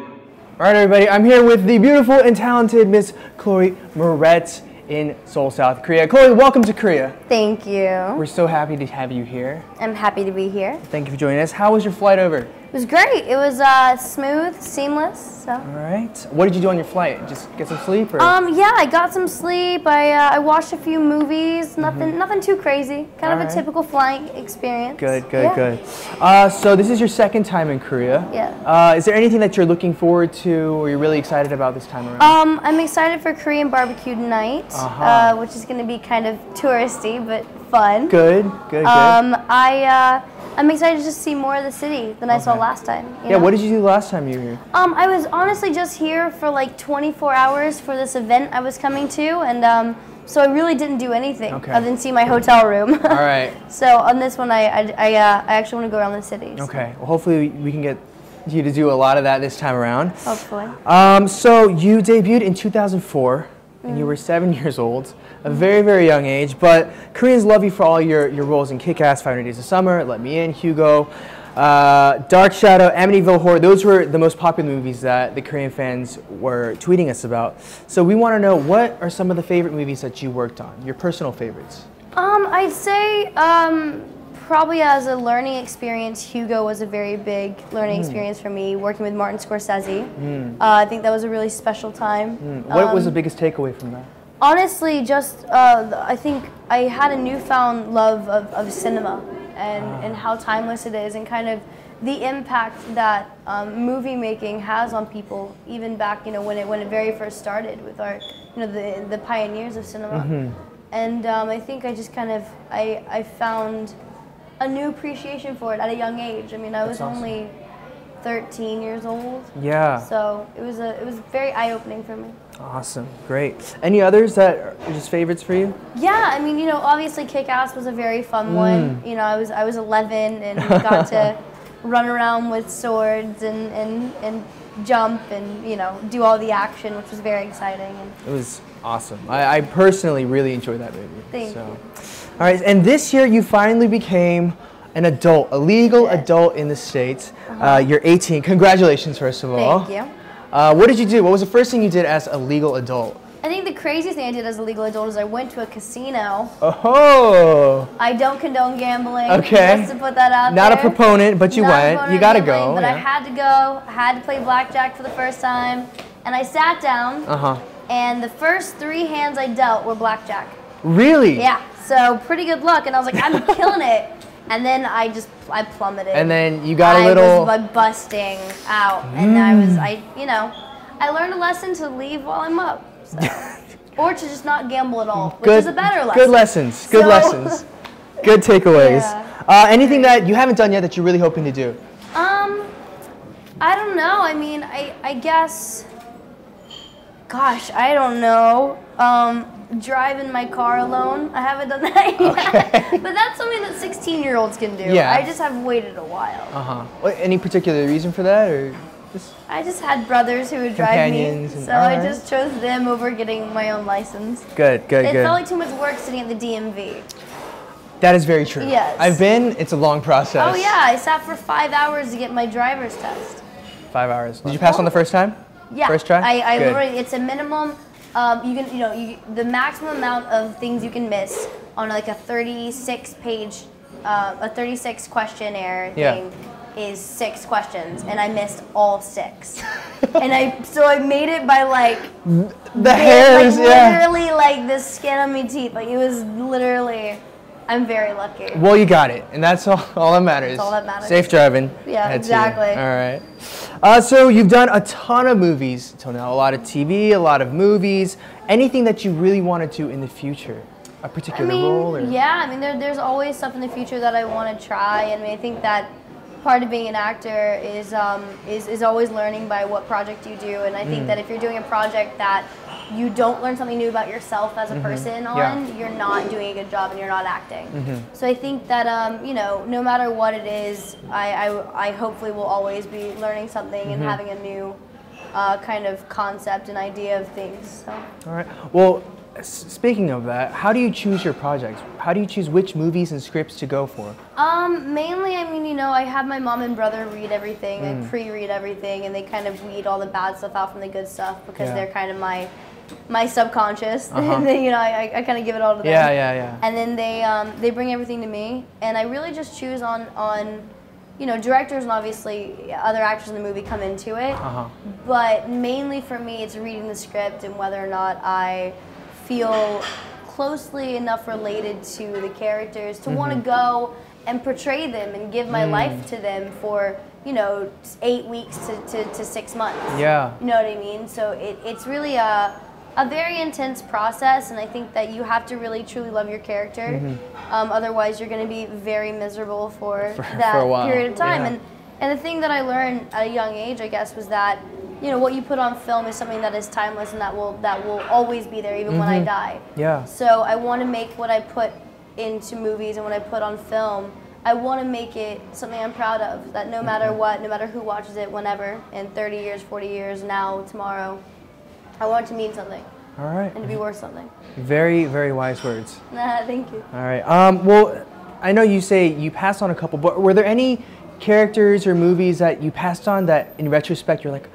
All right, everybody, I'm here with the beautiful and talented Miss Chloe Moretz in Seoul, South Korea. Chloe, welcome to Korea. Thank you. We're so happy to have you here. I'm happy to be here. Thank you for joining us. How was your flight over? It was great. It was uh, smooth, seamless. So, All right. What did you do on your flight? Just get some sleep or? um, yeah, I got some sleep. I uh, I watched a few Mm-hmm. movies. Nothing, nothing too crazy. Kind of Alright. a typical flying experience. Good, good, Yeah. good. Uh, so this is your second time in Korea. Yeah. Uh, is there anything that you're looking forward to or you're really excited about this time around? Um, I'm excited for Korean barbecue night, Uh-huh. uh, which is going to be kind of touristy but fun. good, good, good. Um, I uh, I'm excited to just see more of the city than I saw Okay. last time. you yeah. know? What did you do last time you were here? Um, I was honestly just here for like 24 hours for this event I was coming to, and um, so I really didn't do anything Okay. other than see my hotel room. All right. so on this one, I I, I, uh, I actually want to go around the cities. Okay. Well, hopefully we can get you to do a lot of that this time around. Hopefully. Um, so you debuted in 2004, and you were seven years old, a very, very young age. But Koreans love you for all your, your roles in Kick-Ass, 500 Days of Summer, Let Me In, Hugo, uh, Dark Shadow, Amityville Horror. Those were the most popular movies that the Korean fans were tweeting us about. So we want to know what are some of the favorite movies that you worked on, your personal favorites. Um, I'd say um, probably as a learning experience, Hugo was a very big Hmm. learning experience for me. Working with Martin Scorsese, uh, I think that was a really special time. What was the biggest takeaway from that? honestly just uh, th- i think i had a newfound love of, of cinema and, Ah. and how timeless it is and kind of the impact that um, movie making has on people even back you know when it when it very first started with our you know the, the pioneers of cinema Mm-hmm. and um, i think i just kind of I, I found a new appreciation for it at a young age i mean i was awesome. only 13 years old Yeah. so it was a it was very eye-opening for me Awesome. Great. Any others that are just favorites for you? Yeah, I mean, you know, obviously Kick Ass was a very fun one. Mm. You know, I was I was 11 and got to run around with swords and, and and jump and you know do all the action, which was very exciting. And It was awesome. I, I personally really enjoyed that movie. Thank so. you. All right, and this year you finally became an adult, a legal Yes. adult in the States. uh you're 18. Congratulations, first of all. Uh-huh. Thank you. Uh, what did you do? What was the first thing you did as a legal adult? I think the craziest thing I did as a legal adult is I went to a casino. Oh, I don't condone gambling. Okay. Just to put that out not a Uh-huh. there. proponent, but you Not went. voter You gotta gambling, go. But I yeah. had to go. I had to play blackjack for the first time, and I sat down. uh-huh. And the first three hands I dealt were blackjack. Really? Yeah, so pretty good luck, and I was like, I'm killing it. And then I just I plummeted. And then you got a I little. Mm. was like busting out, and I was I you know, I learned a lesson to leave while I'm up, so. or to just not gamble at all, which good, is a better lesson. Good lessons. Good So- lessons. Good takeaways. Yeah. Uh, anything that you haven't done yet that you're really hoping to do? Um, I don't know. I mean, I I guess. Gosh, I don't know. Um, driving my car alone. I haven't done that yet. Okay. But that's something that 16 year olds can do. Yeah. I just have waited a while. Uh huh. Any particular reason for that, or just I just had brothers who would drive me, Companions and- so I alright. just chose them over getting my own license. good, good, It good. felt like too much work sitting at the DMV. that is very true. Yes. I've been. It's a long process. Oh yeah, I sat for five hours to get my driver's test. Five hours. Did you pass on the first time? Yeah. First try. I, I Good. literally, it's a minimum. Um, you can, you know, you, the maximum amount of things you can miss on like a 36 page, uh, a 36 questionnaire Yeah. thing is six questions, and I missed all six. and I, so I made it by like, The like hairs. yeah. literally like the skin on my teeth. Like it was literally, I'm very lucky. Well, you got it, and that's all, all that matters. all that matters. Safe driving. Yeah, That's you. exactly. All right. Uh, so you've done a ton of movies till now, a lot of TV, a lot of movies. Anything that you really want to do in the future, a I particular role? Or? mean, yeah. I mean, there, there's always stuff in the future that I want to try, and I, mean, I think that part of being an actor is um, is is always learning by what project you do, and I Mm. think that if you're doing a project that you don't learn something new about yourself as a person on, Mm-hmm. Yeah. Mm-hmm. you're not doing a good job and you're not acting. So I think that um, you know, no matter what it is, I I, I hopefully will always be learning something and Mm-hmm. having a new. Uh, kind of concept and idea of things. So. All right. Well, s- speaking of that, how do you choose your projects? How do you choose which movies and scripts to go for? Um, mainly, I mean, you know, I have my mom and brother read everything Mm. and pre-read everything, and they kind of weed all the bad stuff out from the good stuff because Yeah. they're kind of my my subconscious. Uh-huh. you know, I, I kind of give it all to them. Yeah, yeah, yeah. And then they um, they bring everything to me, and I really just choose on on you know directors and obviously other actors in the movie come into it. Uh-huh. But mainly for me, it's reading the script and whether or not I feel closely enough related to the characters to Mm-hmm. want to go and portray them and give Mm. my life to them for, you know, s- eight weeks to, to, to six months. Yeah. You know what I mean? So it, it's really a, a very intense process, and I think that you have to really truly love your character. Um, otherwise, you're going to be very miserable for, Mm-hmm. For- that for a while, period of time. yeah. And and the thing that I learned at a young age, I guess, was that you know what you put on film is something that is timeless and that will that will always be there even when I die. Yeah. So I want to make what I put into movies and what I put on film. I want to make it something I'm proud of. That no matter what, no matter who watches it, whenever, in 30 years, 40 years, now, tomorrow, I want it to mean something All right. and to be worth something. Very, very wise words. Thank you. All right. Um, well, I know you say you passed on a couple, but were there any characters or movies that you passed on that, in retrospect, you're like,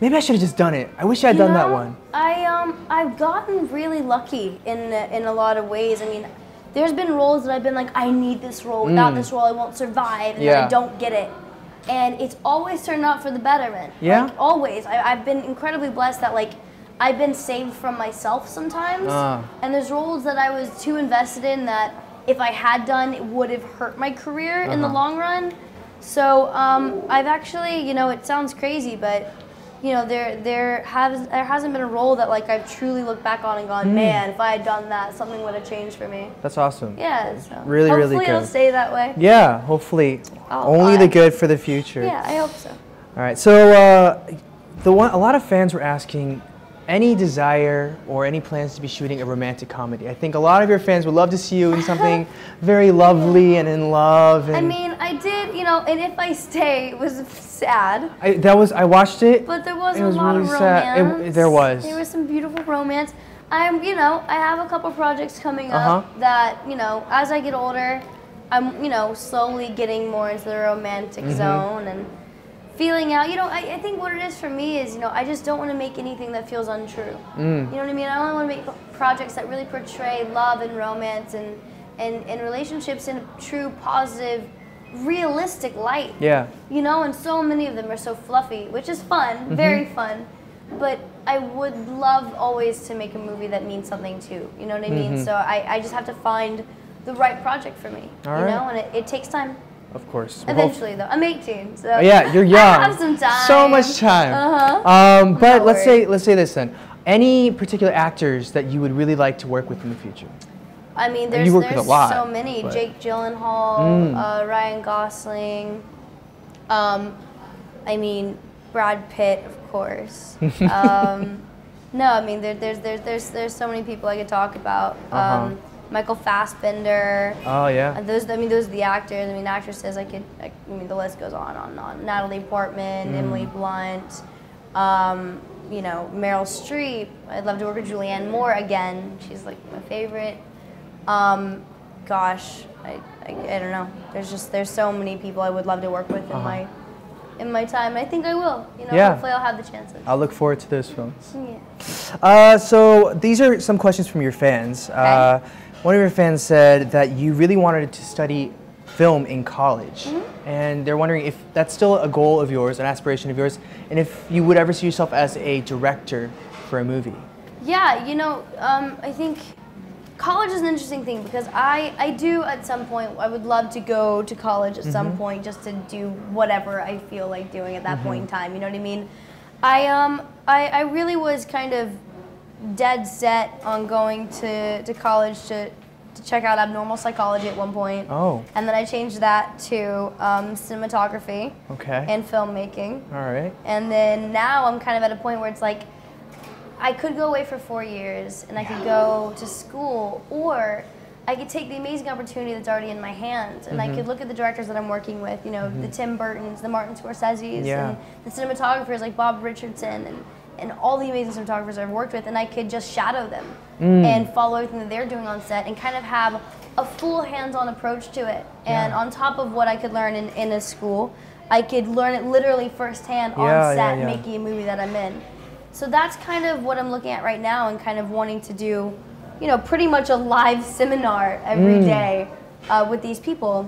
maybe I should have just done it. I wish I had You done that know, one. I um I've gotten really lucky in in a lot of ways. I mean, there's been roles that I've been like, I need this role. Without this role, I won't survive, and then I Mm. Yeah. don't get it. And it's always turned out for the betterment. Yeah. Like, always. I, I've been incredibly blessed that like. I've been saved from myself sometimes, Ah. and there's roles that I was too invested in that if I had done, it would have hurt my career in the Uh-huh. long run. So um, I've actually, you know, it sounds crazy, but you know, there there has there hasn't been a role that like I've truly looked back on and Hmm. gone, man, if I had done that, something would have changed for me. That's awesome. Yeah. So Really, really Hopefully it'll good. stay that way. Yeah, hopefully. Oh, Only I- the good for the future. Yeah, I hope so. All right. So uh, the one, a lot of fans were asking any desire or any plans to be shooting a romantic comedy. I think a lot of your fans would love to see you in something very lovely and in love. And I mean, I did, you know, and if I stay, it was sad, I- that was I watched it. but there was, It was a lot of really sad. It- romance. there was. There was some beautiful romance. I'm, you know, I have a couple projects coming Uh-huh. up that, you know, as I get older, I'm, you know, slowly getting more into the romantic Mm-hmm. zone and feeling out. You know, I, I think what it is for me is, you know, I just don't want to make anything that feels untrue. Mm. You know what I mean? I only want to make projects that really portray love and romance and, and, and relationships in a true, positive, realistic light. yeah. You know, and so many of them are so fluffy, which is fun, Mm-hmm. very fun. But I would love always to make a movie that means something too. You know what I mean? Mm-hmm. So I, I just have to find the right project for me. All you right. know, and it, it takes time. Of course. Well, hope- Eventually, though, I'm 18, so Oh, yeah, you're young. I have some time. So much time. Uh-huh. Um, but not let's worried. say let's say this then. Any particular actors that you would really like to work with in the future? I mean, there's, work with a there's lot, so many. but- Mm. Jake Gyllenhaal, uh, Ryan Gosling. Um, I mean, Brad Pitt, of course. um, no, I mean, there, there's, there's, there's, there's so many people I could talk about. Um, Uh-huh. Michael Fassbender. Oh Uh, yeah. Those, I mean, those are the actors. I mean, actresses. I could. I, I mean, the list goes on, on, and on. Natalie Hmm. Portman, Emily Blunt. Um, you know, Meryl Streep. I'd love to work with Julianne Moore again. She's like my favorite. Um, gosh, I, I, I don't know. There's just there's so many people I would love to work with in my in my time. I think I will. You know, Uh-huh. Yeah. hopefully I'll have the chances. I'll look forward to those films. yeah. Uh, so these are some questions from your fans. Uh, one of your fans said that you really wanted to study film in college, Mm-hmm. and they're wondering if that's still a goal of yours, an aspiration of yours, and if you would ever see yourself as a director for a movie. Yeah, you know, um, I think college is an interesting thing because I, I do at some point, I would love to go to college at Mm-hmm. some point just to do whatever I feel like doing at that point in Mm-hmm. time. You know what I mean? I, um, I, I really was kind of dead set on going to, to college to, to check out abnormal psychology at one point. Oh. And then I changed that to um, cinematography Okay. and filmmaking. All right. And then now I'm kind of at a point where it's like, I could go away for four years and I could go to school, or I could take the amazing opportunity that's already in my hands and I Mm-hmm. could look at the directors that I'm working with, you know, the Tim Burtons, the Martin Scorsese's, Yeah. and the cinematographers like Bob Richardson and and all the amazing cinematographers I've worked with, and I could just shadow them Mm. and follow everything that they're doing on set and kind of have a full hands-on approach to it. And Yeah. on top of what I could learn in, in a school, I could learn it literally firsthand Yeah, yeah, on set, yeah. making a movie that I'm in. So that's kind of what I'm looking at right now, and kind of wanting to do, you know, pretty much a live seminar every Mm. day uh, with these people.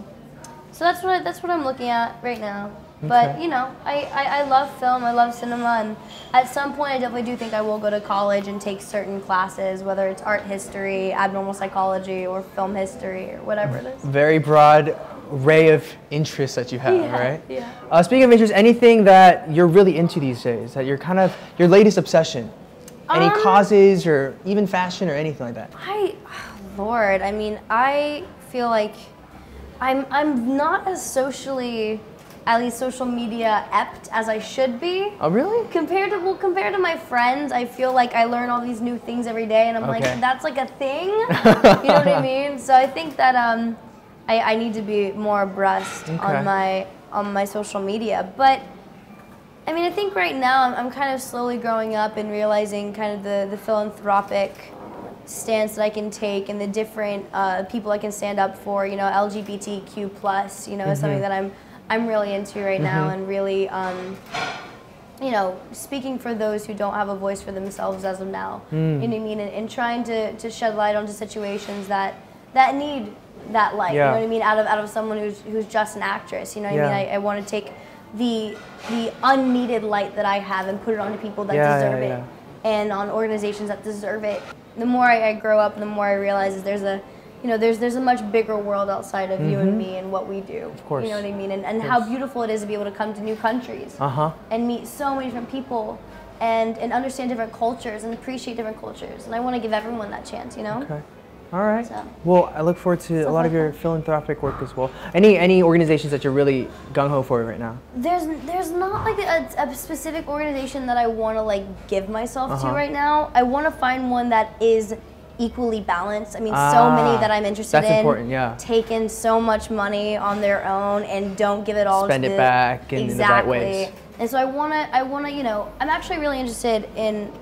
So that's what I, that's what I'm looking at right now. But Okay. you know, I, I, I love film, I love cinema, and at some point I definitely do think I will go to college and take certain classes, whether it's art history, abnormal psychology, or film history, or whatever it is. Very broad array of interests that you have, Yeah, right? yeah. Uh, speaking of interests, anything that you're really into these days, that you're kind of your latest obsession, any Um, causes or even fashion or anything like that. I, oh, Lord, I mean, I feel like I'm I'm not as socially, at least social media apt as I should be. Oh, really? Compared to well, compared to my friends, I feel like I learn all these new things every day, and I'm Okay. like, that's like a thing. you know what I mean? So I think that um, I, I need to be more abreast Okay. on my on my social media. But I mean, I think right now I'm, I'm kind of slowly growing up and realizing kind of the the philanthropic stance that I can take and the different uh, people I can stand up for. You know, LGBTQ plus. You know, is Mm-hmm. something that I'm I'm really into right now and really. Um, you know, speaking for those who don't have a voice for themselves as of now. Mm. You know what I mean? And, and trying to, to shed light onto situations that that need that light. You Yeah. know what I mean? Out of out of someone who's who's just an actress. You know what Yeah. I mean? I, I want to take the the unneeded light that I have and put it onto people that Yeah, deserve yeah, it yeah. and on organizations that deserve it. The more I, I grow up, the more I realize is there's a you know, there's there's a much bigger world outside of you and me and what we do. Of course. You know what I mean? And and how beautiful it is to be able to come to new countries Uh huh. and meet so many different people and, and understand different cultures and appreciate different cultures. And I want to give everyone that chance, you know? Okay. All right. So- Well, I look forward to a Stuff lot of like your philanthropic work as well. Any any organizations that you're really gung ho for right now? There's there's not like a, a specific organization that I want to like give myself Uh-huh. to right now. I want to find one that is equally balanced. I mean, so many Ah, that I'm interested that's in important, yeah. take in so much money on their own and don't give it all Spend to it the- back in the right exactly. ways. And so I want to I want to, you know, I'm actually really interested in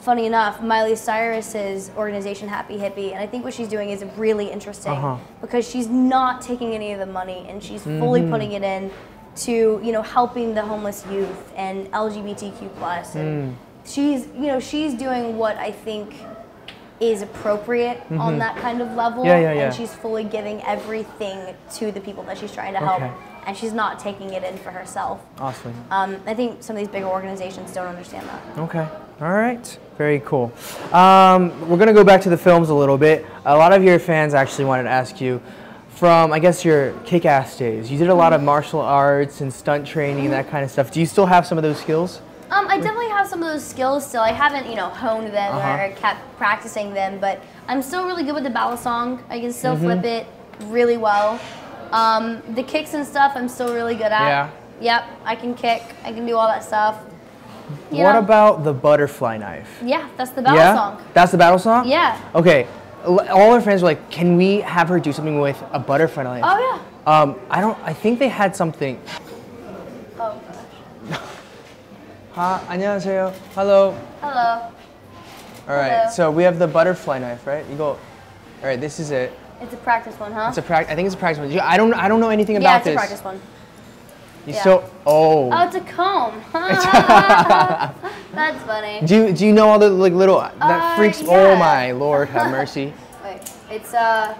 funny enough, Miley Cyrus's organization Happy Hippie, and I think what she's doing is really interesting Uh-huh. Mm-hmm. because she's not taking any of the money and she's fully putting it in to you know helping the homeless youth and LGBTQ plus. Mm. And she's you know she's doing what I think is appropriate on that kind of level, Mm-hmm. Yeah, yeah, yeah. and she's fully giving everything to the people that she's trying to Okay. help, and she's not taking it in for herself. Awesome. Um, I think some of these bigger organizations don't understand that. Okay. All right. Very cool. Um, we're gonna go back to the films a little bit. A lot of your fans actually wanted to ask you, from I guess your kick-ass days, you did a lot Mm-hmm. of martial arts and stunt training and that kind of stuff. Do you still have some of those skills? Um, I definitely have some of those skills still. I haven't, you know, honed them Uh-huh. or kept practicing them, but I'm still really good with the ballad song. I can still Mm-hmm. flip it really well. Um, the kicks and stuff, I'm still really good at. Yeah. Yep, I can kick. I can do all that stuff. You what know, about the butterfly knife? Yeah, that's the ballad yeah, song. that's the battle song. Yeah. Okay. L- All our friends were like, "Can we have her do something with a butterfly knife?" Oh yeah. Um, I don't. I think they had something. Oh. Ha, 안녕하세요. Hello. Hello. All right. Hello. So we have the butterfly knife, right? You go. All right. This is it. It's a practice one, huh? It's a prac. I think it's a practice one. You- I don't. I don't know anything yeah, about it's this. a practice one. You yeah. still. Oh. Oh, it's a comb. that's funny. do you, do you know all the like little that Uh, freaks? Oh yeah. my lord, have mercy. Wait, it's uh,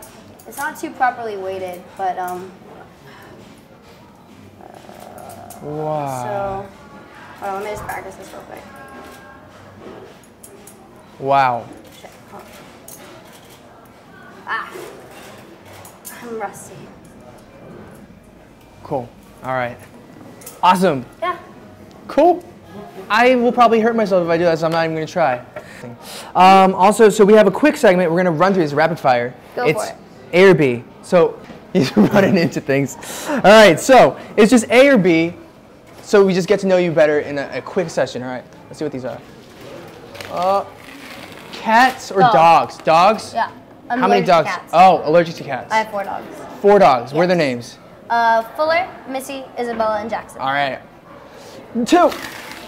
it's not too properly weighted, but um. Wow. So, hold on, let me just practice this real quick. Wow. Shit. hold on. Ah, I'm rusty. Cool. All right. Awesome. Yeah. Cool. I will probably hurt myself if I do that, so I'm not even gonna try. Um, also, so we have a quick segment. We're gonna run through this rapid fire. Go for it's it. A or B. So he's running into things. All right. So it's just A or B. So we just get to know you better in a, a quick session. All right. Let's see what these are. Uh, cats or Dogs. dogs? Dogs. Yeah. I'm How many allergic to dogs? cats. Oh, allergic to cats. I have four dogs. Four dogs. What are their Yes. names? Uh, Fuller, Missy, Isabella, and Jackson. All right. Two.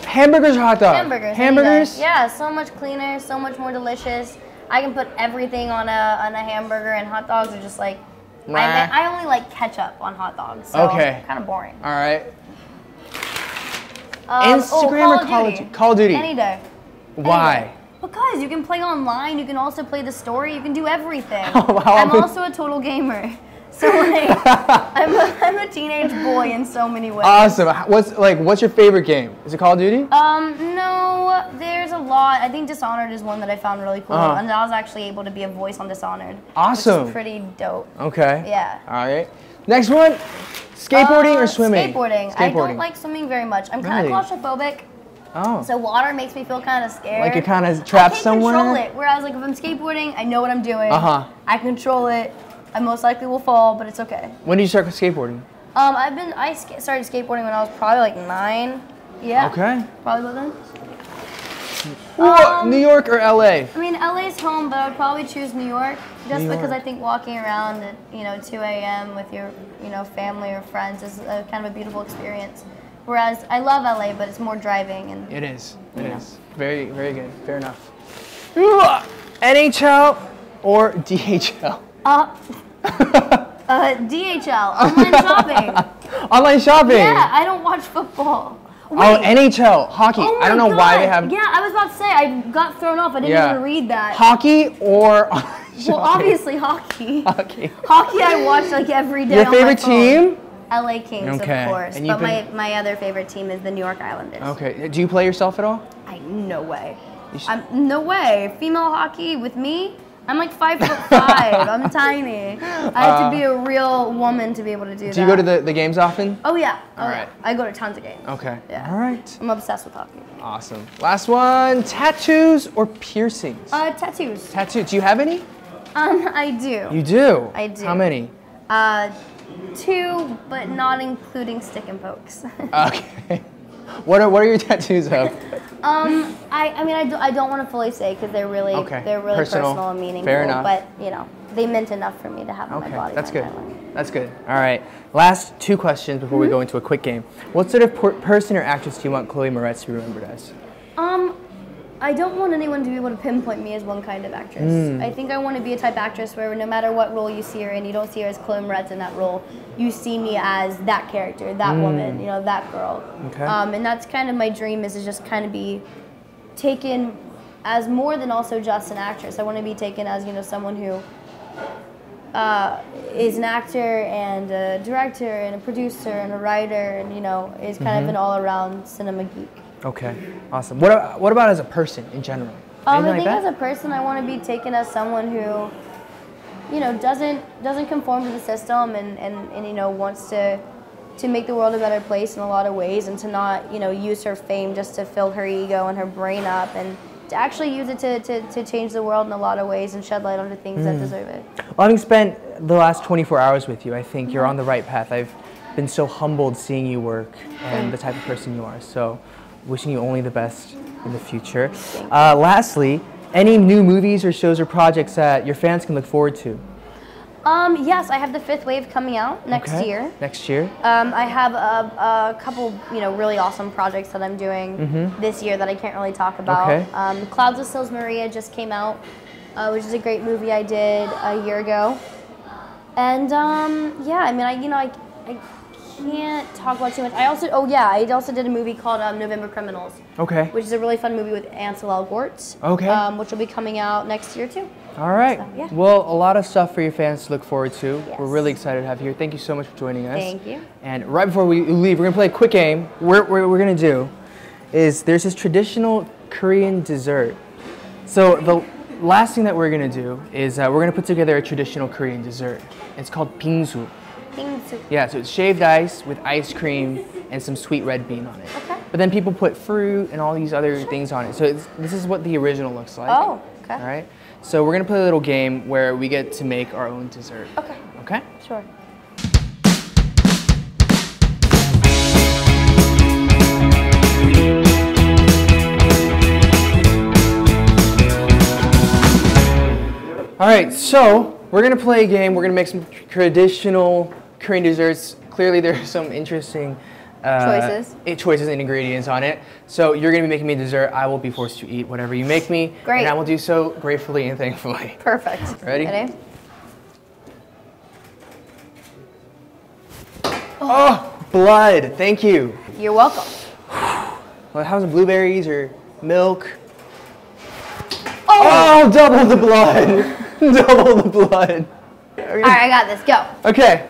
Hamburgers or hot dog? Hamburgers. any day. Hamburgers? Yeah, so much cleaner, so much more delicious. I can put everything on a on a hamburger, and hot dogs are just like. Nah. I, I only like ketchup on hot dogs. So Okay. Kind of boring. All right. Um, Instagram or Call of Duty? Call of Duty. Any day. Any Why? day. Because you can play online. You can also play the story. You can do everything. Oh, wow. I'm also a total gamer. So like, I'm a, I'm a teenage boy in so many ways. Awesome. H- What's like? What's your favorite game? Is it Call of Duty? Um, no, there's a lot. I think Dishonored is one that I found really cool, Uh-huh. and I was actually able to be a voice on Dishonored. Which Awesome. is pretty dope. Okay. Uh, Yeah. All right. Next one. Skateboarding Uh, or swimming? Skateboarding. I don't Skateboarding. like swimming very much. I'm kind Really? of claustrophobic, Oh. so water makes me feel kind of scared. Like you're kinda trapped I can't somewhere? control it. Whereas, like if I'm skateboarding, I know what I'm doing. Uh-huh. I control it. I most likely will fall, but it's okay. when did you start skateboarding? Um, I've been I ska- started skateboarding when I was probably like nine. Yeah. Okay. Probably about then. Whoa, um, New York or LA? I mean, LA's home, but I would probably choose New York just New because York. I think walking around at you know 2 a.m. with your you know family or friends is a, kind of a beautiful experience. Whereas I love LA, but it's more driving and It is. It is. Very, very good. Fair enough. Ugh. NHL or DHL? uh, uh, DHL online shopping. Online shopping. yeah, I don't watch football. Oh, Wait. NHL hockey. Oh I don't my know why they God. have. Yeah, I was about to say I got thrown off. I didn't Yeah. even read that. Hockey or. online well, shopping? obviously hockey. Hockey. Hockey, I watch like every day. Your on my favorite team? phone. LA Kings, Okay. of course. And But you've my, my other favorite team is the New York Islanders. Okay. Do you play yourself at all? I no way. You sh- I'm no way. Female hockey with me. I'm like five foot five. I'm tiny. I have to be a real woman to be able to do, that. Uh, Do you go to the, the games often? Oh yeah. Oh, All yeah. right. I go to tons of games. Okay. Yeah. All right. I'm obsessed with hockey. Awesome. Last one tattoos or piercings? Uh, tattoos. tattoos. Do you have any? Um, I do. You do. I do. How many? Uh, two, but not including stick and pokes. Okay. What are, what are your tattoos of? Um, I, I mean, I, do, I don't want to fully say because they're really Okay. they're really Personal. personal, and meaningful. Fair enough. But you know, they meant enough for me to have on my Okay, body. that's by good. my life. Mm-hmm. That's good. All right. Last two questions before we go into a quick game. What sort of per- person or actress do you want Chloe Moretz to be remembered as? Um, I don't want anyone to be able to pinpoint me as one kind of actress. I think I want to be a type of actress where no matter what role you see her in, you don't see her as Chloe Moretz in that role. You see me as that character, that woman, you know, that girl. Okay. Um, and that's kind of my dream is to just kind of be taken as more than also just an actress. I want to be taken as you know someone who uh, is an actor and a director and a producer and a writer and you know is kind of an all-around cinema geek. Okay. Awesome. What, a- what about as a person in general? Um, I Anything think like as that? a person, I want to be taken as someone who, you know, doesn't doesn't conform to the system and, and, and you know wants to to make the world a better place in a lot of ways and to not you know use her fame just to fill her ego and her brain up and to actually use it to, to, to change the world in a lot of ways and shed light onto things Hmm. that deserve it. Well, having spent the last 24 hours with you, I think you're on the right path. I've been so humbled seeing you work and the type of person you are. So, wishing you only the best in the future. Uh, lastly, any new movies or shows or projects that your fans can look forward to Um, yes, I have the fifth wave coming out next Okay? year. Next year. Um, I have a, a couple, you know, really awesome projects that I'm doing this year that I can't really talk about. Mm-hmm. Okay. Um, Clouds of Sils Maria just came out, uh, which is a great movie I did a year ago. And um, yeah, I mean, I you know, I, I can't talk about too much. I also, oh yeah, I also did a movie called um, November Criminals, Okay. which is a really fun movie with Ansel Elgort. Okay. Um, which will be coming out next year too. All right. So, yeah. Well, a lot of stuff for your fans to look forward to. We're Yes. really excited to have you here. Thank you so much for joining us. Thank you. And right before we leave, we're going to play a quick game. We're, we're, we're going to do is there's this traditional Korean dessert. So the last thing that we're going to do is uh, we're going to put together a traditional Korean dessert. It's called bingsu. Things to- Yeah, so it's shaved ice with ice cream and some sweet red bean on it. Okay. But then people put fruit and all these other things on it. So it's, this is what the original looks like. Oh, okay. All right. So we're gonna play a little game where we get to make our own dessert. Okay. Okay. Sure. All right. So we're gonna play a game. We're gonna make some traditional Korean desserts. Clearly, there are some interesting uh, uh, Choices. It, choices and ingredients on it. So you're going to be making me dessert. I will be forced to eat whatever you make me. Great. And I will do so gratefully and thankfully. Perfect. Ready? Ready? Oh, Blood. Thank you. You're welcome. Well, how's the blueberries or milk? Oh, double the blood. double the blood. All right, I got this. Go. Okay.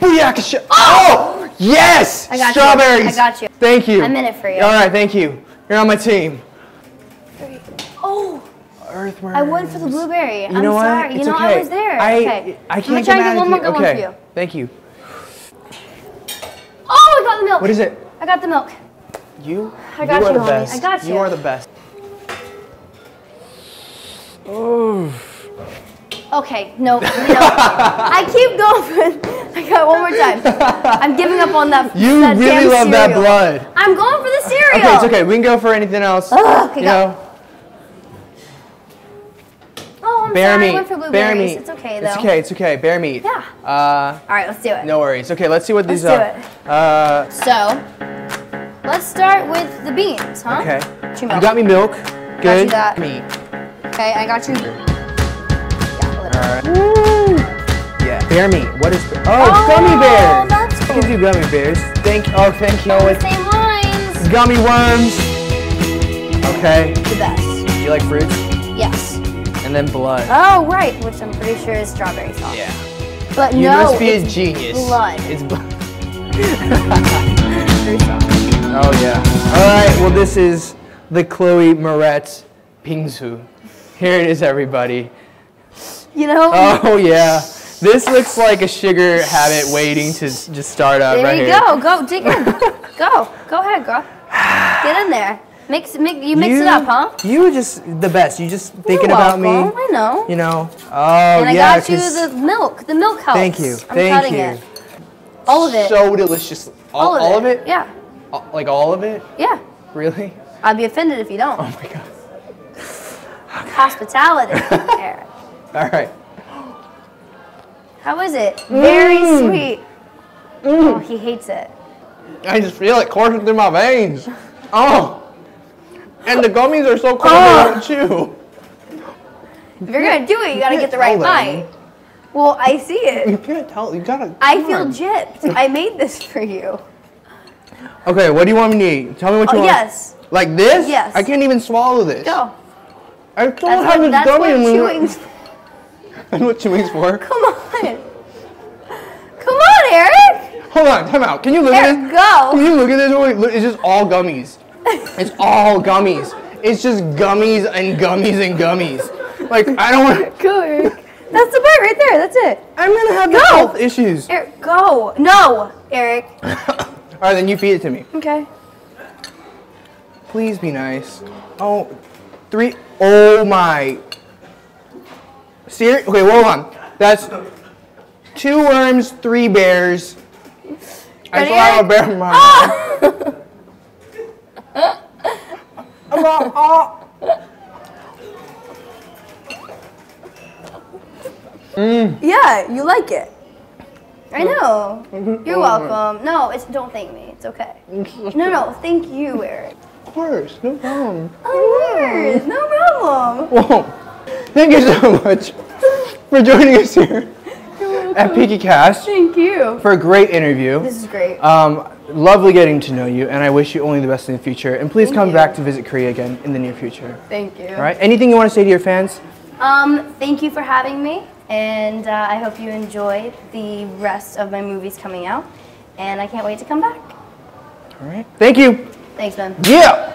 Booyakasha. Oh! Yes! I got you. Strawberries. I got you. Thank you. I'm in it for you. All right, thank you. You're on my team. Oh, Earthworm. I went for the blueberry. You I'm know what? sorry. It's you know okay. I was there. I, okay. I I'm can't gonna try get mad and get at one you. more good okay. one for you. Thank you. Oh, I got the milk. What is it? I got the milk. You? I got you are you, the homie. best. I got You you. are the best. Okay, no, no. I keep going. For, I got one more time. I'm giving up on that. You that really damn love that cereal. blood. I'm going for the cereal. Okay, it's okay. We can go for anything else. Ugh, okay, you go. know, Oh, I'm bear sorry. me. I went for blueberries. bear me. It's okay though. It's okay. It's okay. Bear meat. Yeah. Uh, All right, let's do it. no worries. Okay, let's see what these Uh, Let's do are. Do So, let's start with the beans, huh? Uh, okay. Two You milk. got me milk. Good. that. Meat. Okay, I got you. Yeah, a little. All right. Yeah. Bear meat. What is? Oh, it's gummy Oh, bears. that's You can do gummy bears. Thank. Oh, thank you. Oh, it's Same lines. gummy worms. Okay. The best. Do you like fruits? Yes. And then blood. Oh, right, which I'm pretty sure is strawberry sauce. Yeah. But You no, must be a it's genius. blood. It's blood. strawberry sauce. Oh yeah. All right. Well, this is the Chloe Moretz Pingzu. Here it is, everybody. You know? Oh yeah. This looks like a sugar habit waiting to s- just start up there right you here. go. Go dig in. go. Go ahead, girl. Get in there. Mix, mix. You mix it up, huh? You were just the best. You just thinking You're about welcome, me. I know. You know. Oh and I yeah. got you 'cause- the milk. The milk helps. thank you. I'm thank cutting you. it. All of it. So delicious. All, all of it. all of it? Yeah. All- Like all of it? Yeah. Really? I'd be offended if you don't. Oh my god. Hospitality. There. All right. How is it? Very sweet. Oh, he hates it. I just feel it coursing through my veins. Oh, and the gummies are so cold Ah. they don't chew. If you're gonna do it, you gotta get the right Hold on. bite. Well, I see You it. can't tell. You gotta. I feel come gypped. I made this for you. on. Okay, what do you want me to eat? Tell me what you Oh, want. yes. Like this? Yes. I can't even swallow this. Go. Oh, I don't That's have what, this that's gummy what in me. chewing's That's what chewing's for. Come on. Come on, Eric. Hold on, time out. Can you look at this? Eric, go. Can you look at this? Wait, look, It's just all gummies. It's all gummies. It's just gummies and gummies and gummies. Like I don't want. Go, Eric. That's the bite right there. That's it. I'm gonna have Go. health issues. All Eric, go. No, Eric. right, then you feed it to me. Okay. Please be nice. Oh, three. Oh my. Ser- okay, hold on. That's two worms, three bears. I Ready, swallowed a Eric? bear in my Ah. I'm all- all- Yeah, you like it. I know. You're welcome. No, it's don't thank me. It's okay. No, no, thank you, Eric. Of course, no problem. Of course, Oh, no problem. Whoa. Thank you so much for joining us here at Peaky Cast Thank you. for a great interview. This is great. Um, lovely getting to know you, and I wish you only the best in the future. And please Thank come you. back to visit Korea again in the near future. Thank you. All right. Anything you want to say to your fans? Um, thank you for having me, and uh, I hope you enjoy the rest of my movies coming out. And I can't wait to come back. All right. Thank you. Thanks, Ben. Yeah.